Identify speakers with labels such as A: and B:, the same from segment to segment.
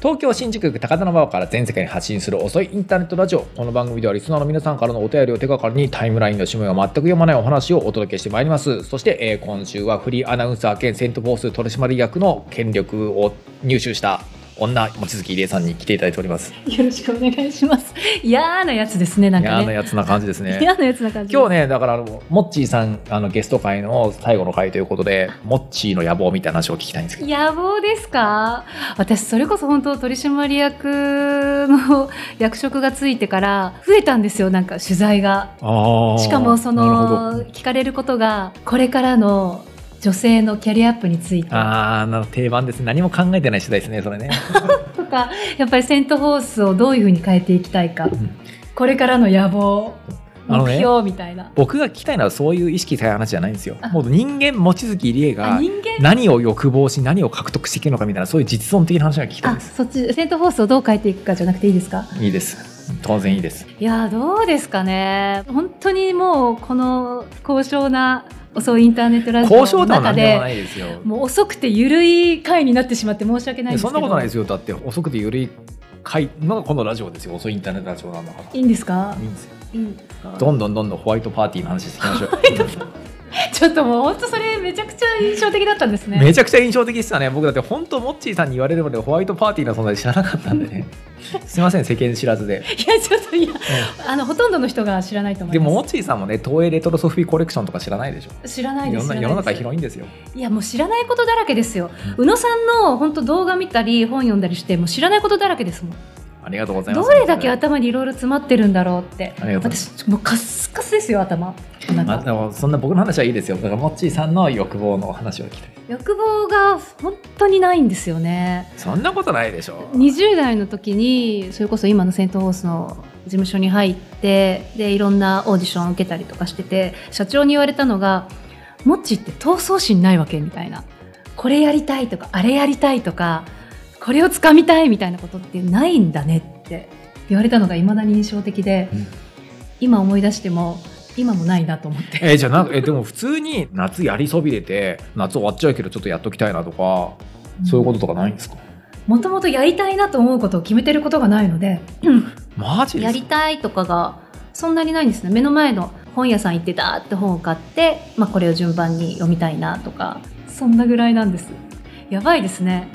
A: 東京新宿区高田馬場から全世界に発信する遅いインターネットラジオこの番組ではリスナーの皆さんからのお便りを手がかりにタイムラインの締めが全く読まないお話をお届けしてまいりますそして、えー今週はフリーアナウンサー兼セント・フォース取締役の権力を入手した女望月理恵さんに来ていただいております
B: よろしくお願いします。嫌なやつですね、なんか
A: 嫌な
B: ね。
A: やつな感じですね
B: 嫌なやつな感じ。
A: 今日ねだからあのモッチーさんあのゲスト会の最後の回ということでモッチーの野望みたいな話を聞きたいんですけど
B: 野望ですか私それこそ本当取締役の役職がついてから増えたんですよなんか取材が
A: あー
B: しかもそ
A: なるほ
B: の
A: ど
B: 聞かれることがこれからの女性のキャリアアップについて
A: あーなる定番ですね何も考えてない次第ですねそれね
B: とかやっぱりセント・フォースをどういうふうに変えていきたいか
A: ん
B: これからの野望
A: あの
B: 目
A: ね
B: 標みたいな
A: 僕が聞きたいのはそういう意識高い話じゃないんですよ
B: あ
A: もう人間望月理恵
B: あ
A: が
B: 人間
A: 何を欲望し何を獲得していけるのかみたいなそういう実存的な話が聞きたいん
B: あ
A: です
B: そっちセント・フォースをどう変えていくかじゃなくていいですか
A: いいです当然いいです
B: いやーどうですかね本当にもうこの高尚な遅いインターネットラジオ
A: 交渉
B: の
A: では
B: 中
A: 何で
B: で
A: もないですよ
B: もう遅くて緩い回になってしまって申し訳ないんですけ
A: そ
B: ど
A: んなことないですよだって遅くて緩い回のがこのラジオですよ遅いインターネットラジオなんだから
B: いいんですか
A: いいんですよ
B: いいん ですか
A: どんどんどんどんホワイトパーティーの話していきましょう
B: ちょっともう本当それめちゃくちゃ印象的だったんですね
A: めちゃくちゃ印象的でしたね僕だって本当モッチーさんに言われるまでホワイトパーティーの存在知らなかったんでねすいません世間知らずで、
B: いやちょっといやあのほとんどの人が知らないと思い
A: で
B: ます
A: もモッチーさんもね東映レトロソフィーコレクションとか知らないでしょ
B: 知らない
A: い
B: で
A: ろん
B: す
A: な
B: 知ら
A: 世の
B: ない
A: 中
B: です
A: 広いんですよ
B: いやもう知らないことだらけですよ宇野さんの本当動画見たり本読んだりしてもう知らないことだらけですもん
A: ありがとうございます
B: どれだけ
A: あ
B: 頭にいろいろ詰まってるんだろうって
A: りがとうございます
B: 私もうカッスカスですよ頭なん
A: まあで
B: か
A: もそんな僕の話はいいですよだからモッチーさんの欲望のお話を聞きたい
B: 欲望が本当にないんですよね
A: そんなことないでしょ
B: 20代の時にそれこそ今のセント・フォースの事務所に入ってでいろんなオーディションを受けたりとかしてて社長に言われたのが「モッチーって闘争心ないわけ」みたいな「これやりたい」とか「あれやりたい」とか「これをつかみたい」みたいなことってないんだねって言われたのがいまだに印象的で、
A: うん
B: 今思い出しても今もないなと思って。
A: えーじゃあなんかえーでも普通に夏やりそびれて夏終わっちゃうけどちょっとやっときたいなとかそういうこととかないんですか
B: もともとやりたいなと思うことを決めてることがないので、
A: マジで
B: や
A: す
B: り
A: か
B: たいとかがそんなにないんですね目の前の本屋さん行ってだーって本を買って、まあ、これを順番に読みたいなとかそんなぐらいなんですやばいですね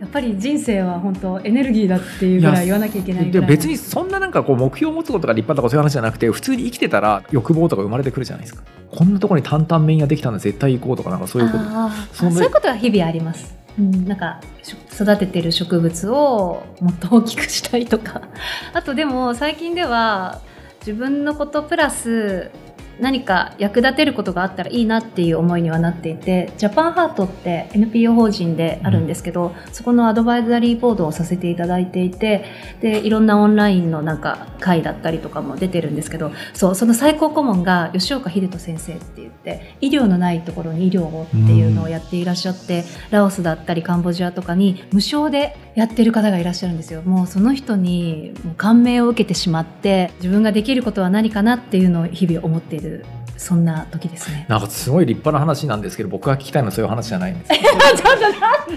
B: やっぱり人生は本当エネルギーだっていうぐらい言わなきゃいけないぐ
A: で
B: らい
A: 別にそんななんかこう目標を持つことが立派とかそういう話じゃなくて普通に生きてたら欲望とか生まれてくるじゃないですかこんなところに担々麺屋できたんで絶対行こうとかなんかそういうこと
B: あー
A: そんな
B: そういうことは日々あります、うん、なんかし育ててる植物をもっと大きくしたいとか あとでも最近では自分のことプラス何か役立てることがあったらいいなっていう思いにはなっていてジャパンハートって NPO 法人であるんですけど、そこのアドバイザリーボードをさせていただいていてでいろんなオンラインのなんか会だったりとかも出てるんですけどそうその最高顧問が吉岡秀人先生って言って医療のないところに医療をっていうのをやっていらっしゃって、ラオスだったりカンボジアとかに無償でやってる方がいらっしゃるんですよもうその人にもう感銘を受けてしまって自分ができることは何かなっていうのを日々思っているそんな時です ね。
A: なんかすごい立派な話なんですけど僕が聞きたいのはそういう話じゃないんです
B: ちょっと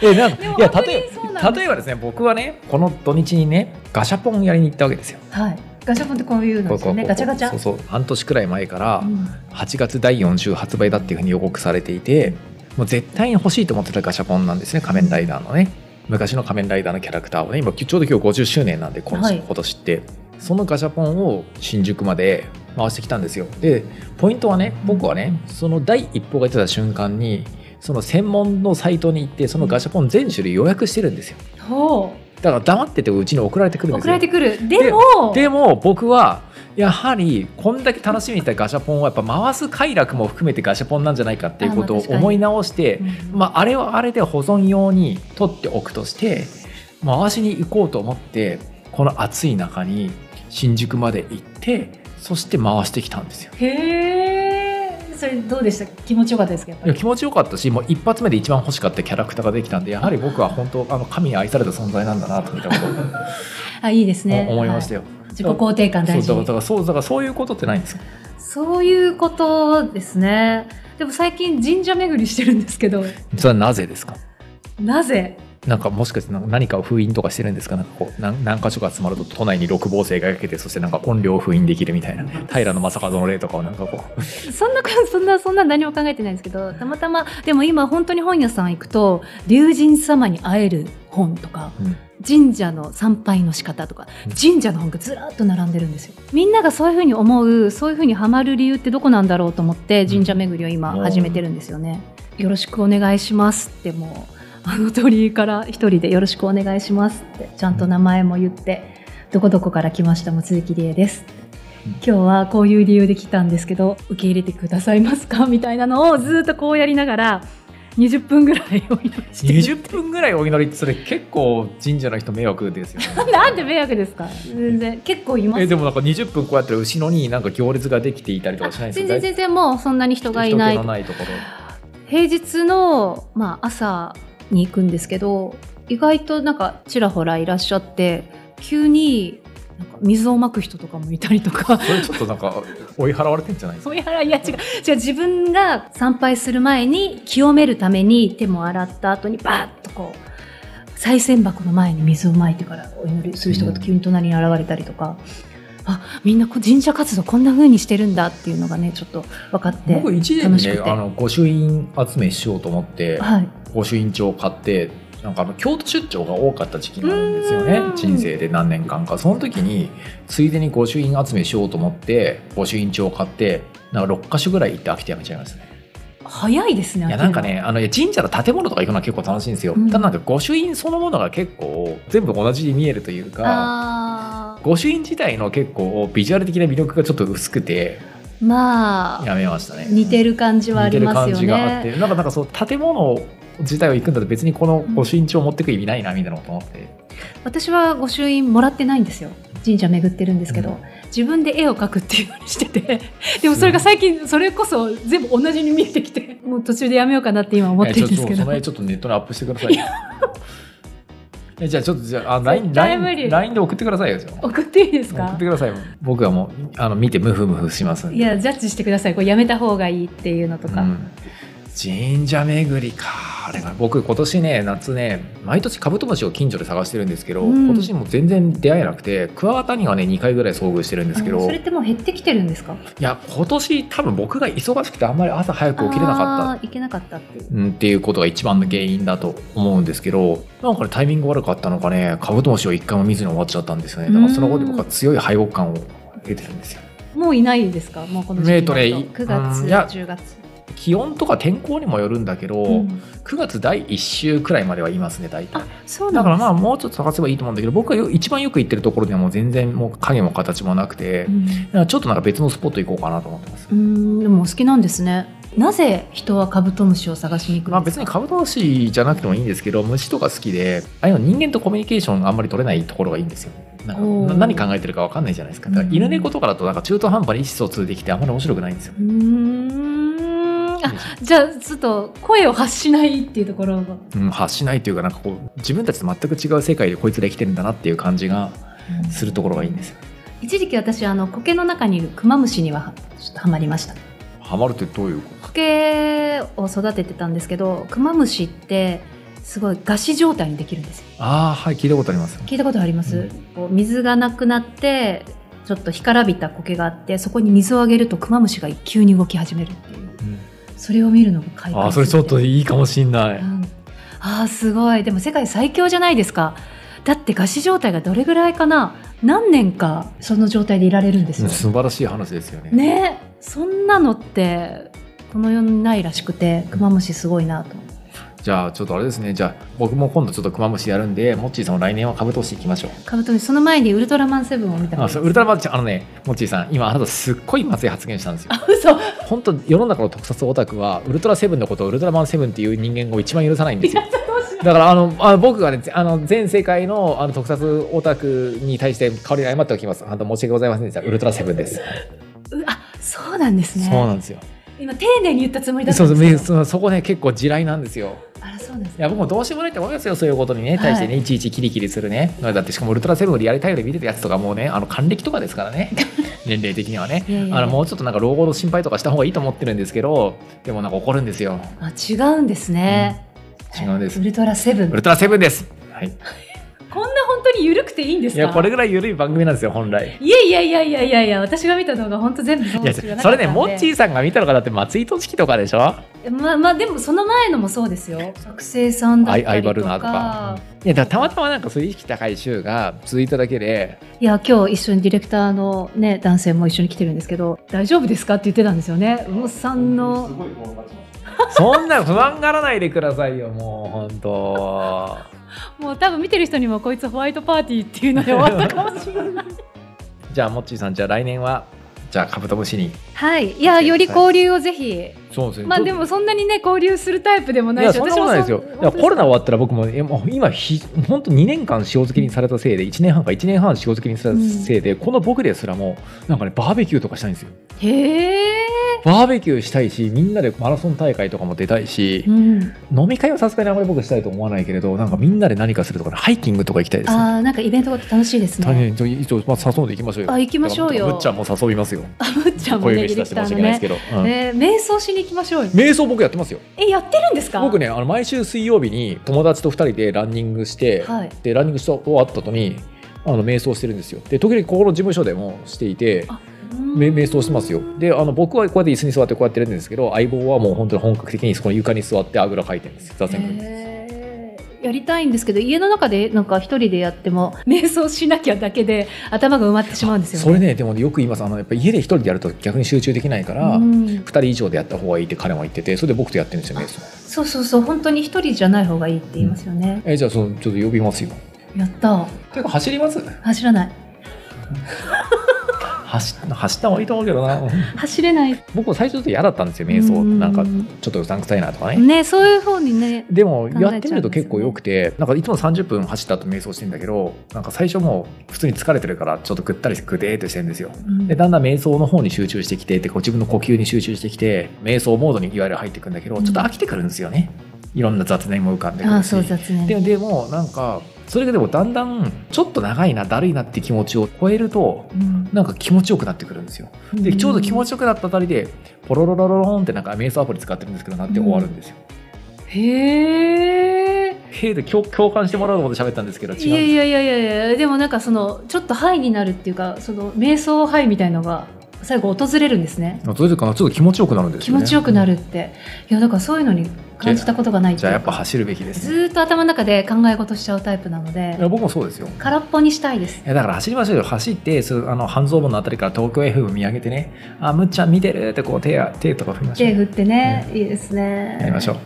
A: えなん
B: でも
A: いや
B: 本当に
A: 例え
B: そうなんです
A: 例えばですね僕はねこの土日にねガシャポンやりに行ったわけですよ
B: はい、ガチャポンってこういうのですよね
A: こうこうこう
B: ガチャガチャ
A: そうそう半年くらい前から
B: うん
A: 8月第4週発売だっていうふうに予告されていてもう絶対に欲しいと思ってたガシャポンなんですね仮面ライダーのね昔の仮面ライダーのキャラクターをね今ちょうど今日50周年なんで今,、
B: はい
A: 今年ってそのガシャポンを新宿まで回してきたんですよでポイントはね僕はねその第一報が出た瞬間にその専門のサイトに行ってそのガシャポン全種類予約してるんですよ
B: ほ
A: だから黙っててうちに送られてく
B: う
A: るんです
B: 送
A: よ
B: られてくるで も
A: でも僕はやはりこんだけ楽しみにしてたガシャポンはやっぱ回す快楽も含めてガシャポンなんじゃないかっていうことを
B: あまあ確かに
A: 思い直して
B: うん
A: まあ、あれはあれで保存用に取っておくとして回しに行こうと思ってこの暑い中に新宿まで行ってそして回してきたんですよ。
B: へえそれどうでした気持ちよかったですかやっぱ
A: いや
B: り
A: 気持ちよかったしもう一発目で一番欲しかったキャラクターができたんでやはり僕は本当あの神に愛された存在なんだなということを
B: あいいです ね
A: 思いました
B: よ、
A: よ。
B: はい自己肯定感
A: そう
B: 大
A: だか
B: 事
A: らだからそうだからそういうことってないんですか
B: そういうことですねでも最近神社巡りしてるんですけど
A: それはなぜですか
B: なぜ
A: なんかもしかしてなんか何かを封印とかしてるんですかなんかこう何何箇所か集まると都内に六芒星がかけてそしてなんか音量を封印できるみた いな平野正和の例とかをなんかこう
B: そんなこと そんなそんな何も考えてないんですけどたまたまでも今本当に本屋さん行くと龍神様に会える本とか、
A: うん
B: 神社の参拝の仕方とか
A: うん
B: 神社の本がずらっと並んでるんですよみんながそういうふうに思うそういうふうにハマる理由ってどこなんだろうと思って神社巡りを今
A: うん
B: 始めてるんですよね、よろしくお願いしますってもうあの鳥居から一人でよろしくお願いしますってちゃんと名前も言ってどこどこから来ました望月理恵です
A: うん
B: 今日はこういう理由で来たんですけど受け入れてくださいますかみたいなのをずっとこうやりながら20分ぐらいお祈りして
A: 20分ぐらいお祈りってそれ結構神社の人迷惑ですよね
B: なんで迷惑ですか全然結構います
A: えでもなんか20分こうやって後ろになんか行列ができていたりとかしないんで
B: あ
A: す
B: 全
A: か
B: 然全然もうそんなに人がいない
A: 人気のないところ
B: 平日の、まあ、朝に行くんですけど意外となんかちらほらいらっしゃって急になんか水をまく人とかもいたりとか
A: それちょっとなんか追い払われてんじゃないですか
B: そういう話いや違う違う自分が参拝する前に清めるために手も洗った後にバーッとこう賽銭箱の前に水をまいてからお祈りする人が急に隣に現れたりとか。あみんなこう神社活動こんな風にしてるんだっていうのがねちょっと分かって
A: 僕一時
B: 楽
A: 期
B: し
A: ね
B: くて
A: あの御朱印集めしようと思って
B: はい、
A: 御朱印帳を買ってなんかあの京都出張が多かった時期なんですよ
B: う
A: ね
B: ん
A: 人生で何年間かその時についでに御朱印集めしようと思って御朱印帳を買ってなんか6か所ぐらい行って飽きてやめちゃいましたね
B: 早いですね
A: いや
B: 飽きるの
A: なんかねあのいや神社の建物とか行くのは結構楽しいんですよ、
B: うん
A: ただなんか御朱印そのものが結構全部同じに見えるというか
B: あ
A: 御朱印自体の結構ビジュアル的な魅力がちょっと薄くて
B: ーまあ
A: やめましたね
B: 似てる感じはあ
A: 似て
B: り
A: る
B: ます
A: 感
B: よ
A: じがあって
B: ね。
A: なんかなんかそう建物自体を行くんだと別にこの御朱印帳を持ってく意味ないなみたいなこと思って、
B: 私は御朱印もらってないんですよ神社巡ってるんですけど、
A: うん
B: 自分で絵を描くっていうようにしてて でもそれが最近それこそ全部同じに見えてきてもう途中でやめようかなって今思ってるんで
A: えち
B: すけ
A: ょっとその
B: ど
A: 辺ちょっとネットにアップしてください よえじゃあちょっとじゃああ LINE
B: 絶対無理
A: LINE LINE で送ってくださいよじゃあ
B: 送っていいです
A: 送っ
B: か
A: てくださいよ僕はもうあの見てムフムフしますんで
B: いやジャッジしてくださいこれやめた方がいいっていうのとか、
A: うん神社巡りかあれが僕今年ね夏ね毎年カブトムシを近所で探してるんですけど、
B: うん
A: 今年も全然出会えなくてクワガタにはね2回ぐらい遭遇してるんですけ
B: あ
A: ど
B: それってもう減ってきてるんですか
A: いや今年多分僕が忙しくてあんまり朝早く起きれなか
B: あ
A: っ
B: ーいけなかったっていう
A: た、うん、っていうことが一番の原因だと思うんですけどなんかねタイミング悪かったのかねカブトムシを一回も見ずに終わっちゃったんですよねだからその後で僕は強い敗北感を得てるんですよ
B: もういないですかもうこの時期
A: え
B: だ
A: っと
B: と
A: ねい
B: 9月、
A: うんいや
B: 10月、
A: 気温とか天候にもよるんだけど、
B: うん
A: 9月第1週くらいまではいますね大体
B: あそうな
A: だか
B: ん
A: ら
B: です
A: まあもうちょっと探せばいいと思うんだけど僕がよ一番よく行ってるところではもう全然もう影も形もなくて、
B: うん
A: だからちょっとなんか別のスポット行こうかなと思ってます
B: うーんでもお好きなんですねなぜ人はカブトムシを探しに行
A: ま
B: く
A: あ、
B: んです
A: 別
B: か、
A: にカブトムシじゃなくてもいいんですけど虫とか好きでああいうの人間とコミュニケーションあんまり取れないところがいいんですよなんか
B: おー
A: な何考えてるか分かんないじゃないですかだから犬猫とかだとなんか中途半端に意思疎通できてあんまり面白くないんですよ
B: うーんあじゃあちょっと声を発しないっていうところが、
A: うん、発しないというかなんかこう自分たちと全く違う世界でこいつら生きてるんだなっていう感じがするところがいいんですよ
B: 一時期私あの苔の中にいるクマムシにはちょっとハマりました
A: ハマるってどういうこ
B: 苔を育ててたんですけどクマムシってすごい餓死状態にできるんですよ
A: とああはい聞いたことあります
B: 聞いたことあります、
A: うん
B: こう水がなくなってちょっと干からびた苔があってそこに水をあげるとクマムシが急に動き始めるっていうそれを見るのが快感
A: ああそれちょっと
B: い
A: いいかもしんない、
B: うん、あーすごいでも世界最強じゃないですかだって餓死状態がどれぐらいかな何年かその状態でいられるんで
A: う
B: す
A: ん
B: よ、
A: 素晴らしい話ですよね
B: ねそんなのってこの世にないらしくてクマムシすごいなと
A: じゃあちょっとあれですねじゃあ僕も今度ちょっとクマムシやるんでモッチーさんも来年はカブトムシ行きましょう
B: カブトムシその前にウルトラマンセブンを見た
A: あ
B: から
A: そうウルトラマンチあのねモッチーさん今あなたすっごいまずい発言したん ですよ
B: あ 嘘
A: 本当世の中の特撮オタクはウルトラセブンのことをウルトラマンセブンっていう人間を一番許さないんですよだからあのあ僕がねぜあの全世界のあの特撮オタクに対して代わりに謝っておきますあんた申し訳ございませんでしたウルトラセブンです、
B: うあそうなんですね
A: そうなんですよ
B: 今丁寧に言ったつもりだった
A: そ
B: ん
A: うそ
B: で
A: う
B: すけど
A: ねそうそこね結構地雷なんですよ
B: あらそうなんです
A: いや僕もどうしようもないって思いますよそういうことにね対してね、い、ちいちキリキリするねだってしかもウルトラセブンでやりたいより見てたやつとかもうねあの還暦とかですから ね年齢的にはね
B: いやいやいや
A: あのもうちょっとなんか老後の心配とかした方がいいと思ってるんですけどでもなんか怒るんですよ
B: あ違うんですね、
A: 違うんです
B: ウルトラセブン
A: ウルトラセブンです。はい。
B: こんな本当に緩くていいんです
A: い
B: か
A: や、これぐらい緩い番組なんですよ、本来。
B: いやいやいやいやいやいや私が見た動画本当全部そ
A: いや、それね、モッチーさんが見たのがだって松井俊樹とかでしょ
B: まあまあでもその前のもそうですよ作成さんだっ
A: ア
B: たり
A: イ
B: とか
A: アイバルーナーとか。いや、だからたまたまなんかそういう意識高い週が続いただけで、
B: いや今日一緒にディレクターのね男性も一緒に来てるんですけど大丈夫ですかって言ってたんですよね宇野さんの
C: ごい転がってま
A: そんな不安がらないでくださいよ、もう、ほんと。
B: もう多分見てる人にもこいつホワイトパーティーっていうので終わったかもしれない
A: じゃあ、モッチーさん、じゃあ来年は、じゃあカブトムシに。
B: はい、いや、より交流をぜひ、
A: そうですね
B: まあ、でも、そんなにね、交流するタイプでもないい
A: や、
B: し、
A: そんなことないですよ。いやコロナ
B: は。
A: 終わったら僕も、えもう今ひ、本当2年間塩漬けにされたせいで、1年半か1年半塩漬けにされたせいで、この僕ですらも、なんかね、バーベキューとかしたいんですよ。
B: へえ、
A: バーベキューしたいし、みんなでマラソン大会とかも出たいし、
B: うん、
A: 飲み会はさすがにあまり僕したいと思わないけれど、なんかみんなで何かするとかね、ハイキングとか行きたいですね。
B: あー、なんかイベントが楽しいです
A: 大
B: ね。
A: 変、いつまあ、誘うんで行きましょうよ。
B: あ、行きましょうよ。
A: むっちゃんも誘いますよ。
B: あ、むっちゃんも
A: 声
B: ね、
A: 指
B: デ
A: 出
B: ィレク
A: して
B: タ
A: 申
B: ー
A: し訳な
B: の
A: いです
B: ね。
A: けど。うん
B: えー、瞑想しに行きましょうよ。
A: 瞑想僕やってますよ。
B: え、やってるんですか。
A: 僕ね、あの毎週水曜日に友達と2人でランニングして、
B: はい。
A: でランニングした終わった後にあの瞑想してるんですよで時々ここの事務所でもしていて
B: あ
A: め瞑想してますよであの僕はこうやって椅子に座ってこうやってやるんですけど相棒はもう本当に本格的にそこの床に座ってあぐらかいてるんですよ座禅組んで
B: へーやりたいんですけど家の中でなんか一人でやっても 瞑想しなきゃだけで頭が埋まってしまうんですよね。
A: それねでもねよく言いますあのやっぱ家で一人でやると逆に集中できないから、
B: う
A: 二
B: ん
A: 2人以上でやった方がいいって彼も言っててそれで僕とやってるんですよ瞑想
B: そうそうそう本当に一人じゃない方がいいって言いますよね。
A: えじゃあそのちょっと呼びますよ
B: やった
A: ていうか走ります
B: 走らない
A: 走走った方がいいと思うけどな
B: 走れない
A: 僕も最初ちょっと嫌だったんですよ瞑想
B: うん
A: なんかちょっとうさんくさいなとかね
B: ねそういう方にね
A: でも
B: 考えちゃ
A: や
B: うんですよね
A: ってみると結構良くて、なんかいつも30分走った後瞑想してんだけどなんか最初もう普通に疲れてるからちょっとぐったりしてぐでーっとしてるんですよでだんだん瞑想の方に集中してきてでこう自分の呼吸に集中してきて瞑想モードにいわゆる入ってくんだけど
B: うん
A: ちょっと飽きてくるんですよね、いろんな雑念も浮かんでく
B: あ
A: る
B: あ
A: し
B: そう雑念
A: ででもなんかそれがでもだんだんちょっと長いなだるいなって気持ちを超えると
B: うん
A: なんか気持ちよくなってくるんですよでちょうど気持ちよくなったあたりでポロロロロローンってなんか瞑想アプリ使ってるんですけどなって終わるんですよ
B: へえ
A: へーで共共感してもらおうと思って喋ったんですけど違うんです
B: いやいやいやいやいやでもなんかそのちょっとハイになるっていうかその瞑想ハイみたいのが最後訪れるんですね
A: どういうかちょっと気持ちよくなるんです
B: 気
A: よね
B: 持ちよくなるっていやだからそういうのに感じたことがないって
A: じ
B: い
A: ゃ
B: う
A: あ
B: か
A: やっぱ走るべきです
B: ず
A: ね
B: ーっと頭の中で考え事しちゃうタイプなので
A: いや僕もそうですよ
B: 空っぽにしたいです
A: いやだから走りましょうよ走ってそうあの半蔵門のあたりから東京 FM 見上げてね「あむっちゃん見てる」ってこう手や手とか振りましょう
B: 手
A: や
B: 振ってね、いいですね
A: りましょう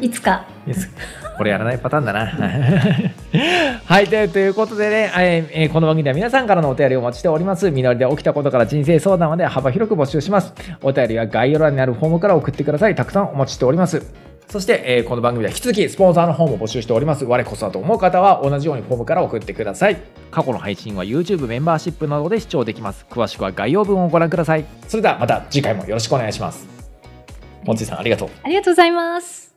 B: いつか
A: いいですこれやらないパターンだな はいというということでね、えーえーこの番組では皆さんからのお便りをお待ちしておりますみのりで起きたことから人生相談まで幅広く募集しますお便りは概要欄にあるフォームから送ってくださいたくさんお待ちしておりますそして、えーこの番組では引き続きスポンサーの方も募集しております我こそはと思う方は同じようにフォームから送ってください過去の配信は YouTube メンバーシップなどで視聴できます詳しくは概要文をご覧くださいそれではまた次回もよろしくお願いしますもっちーさんありがとう
B: ありがとうございます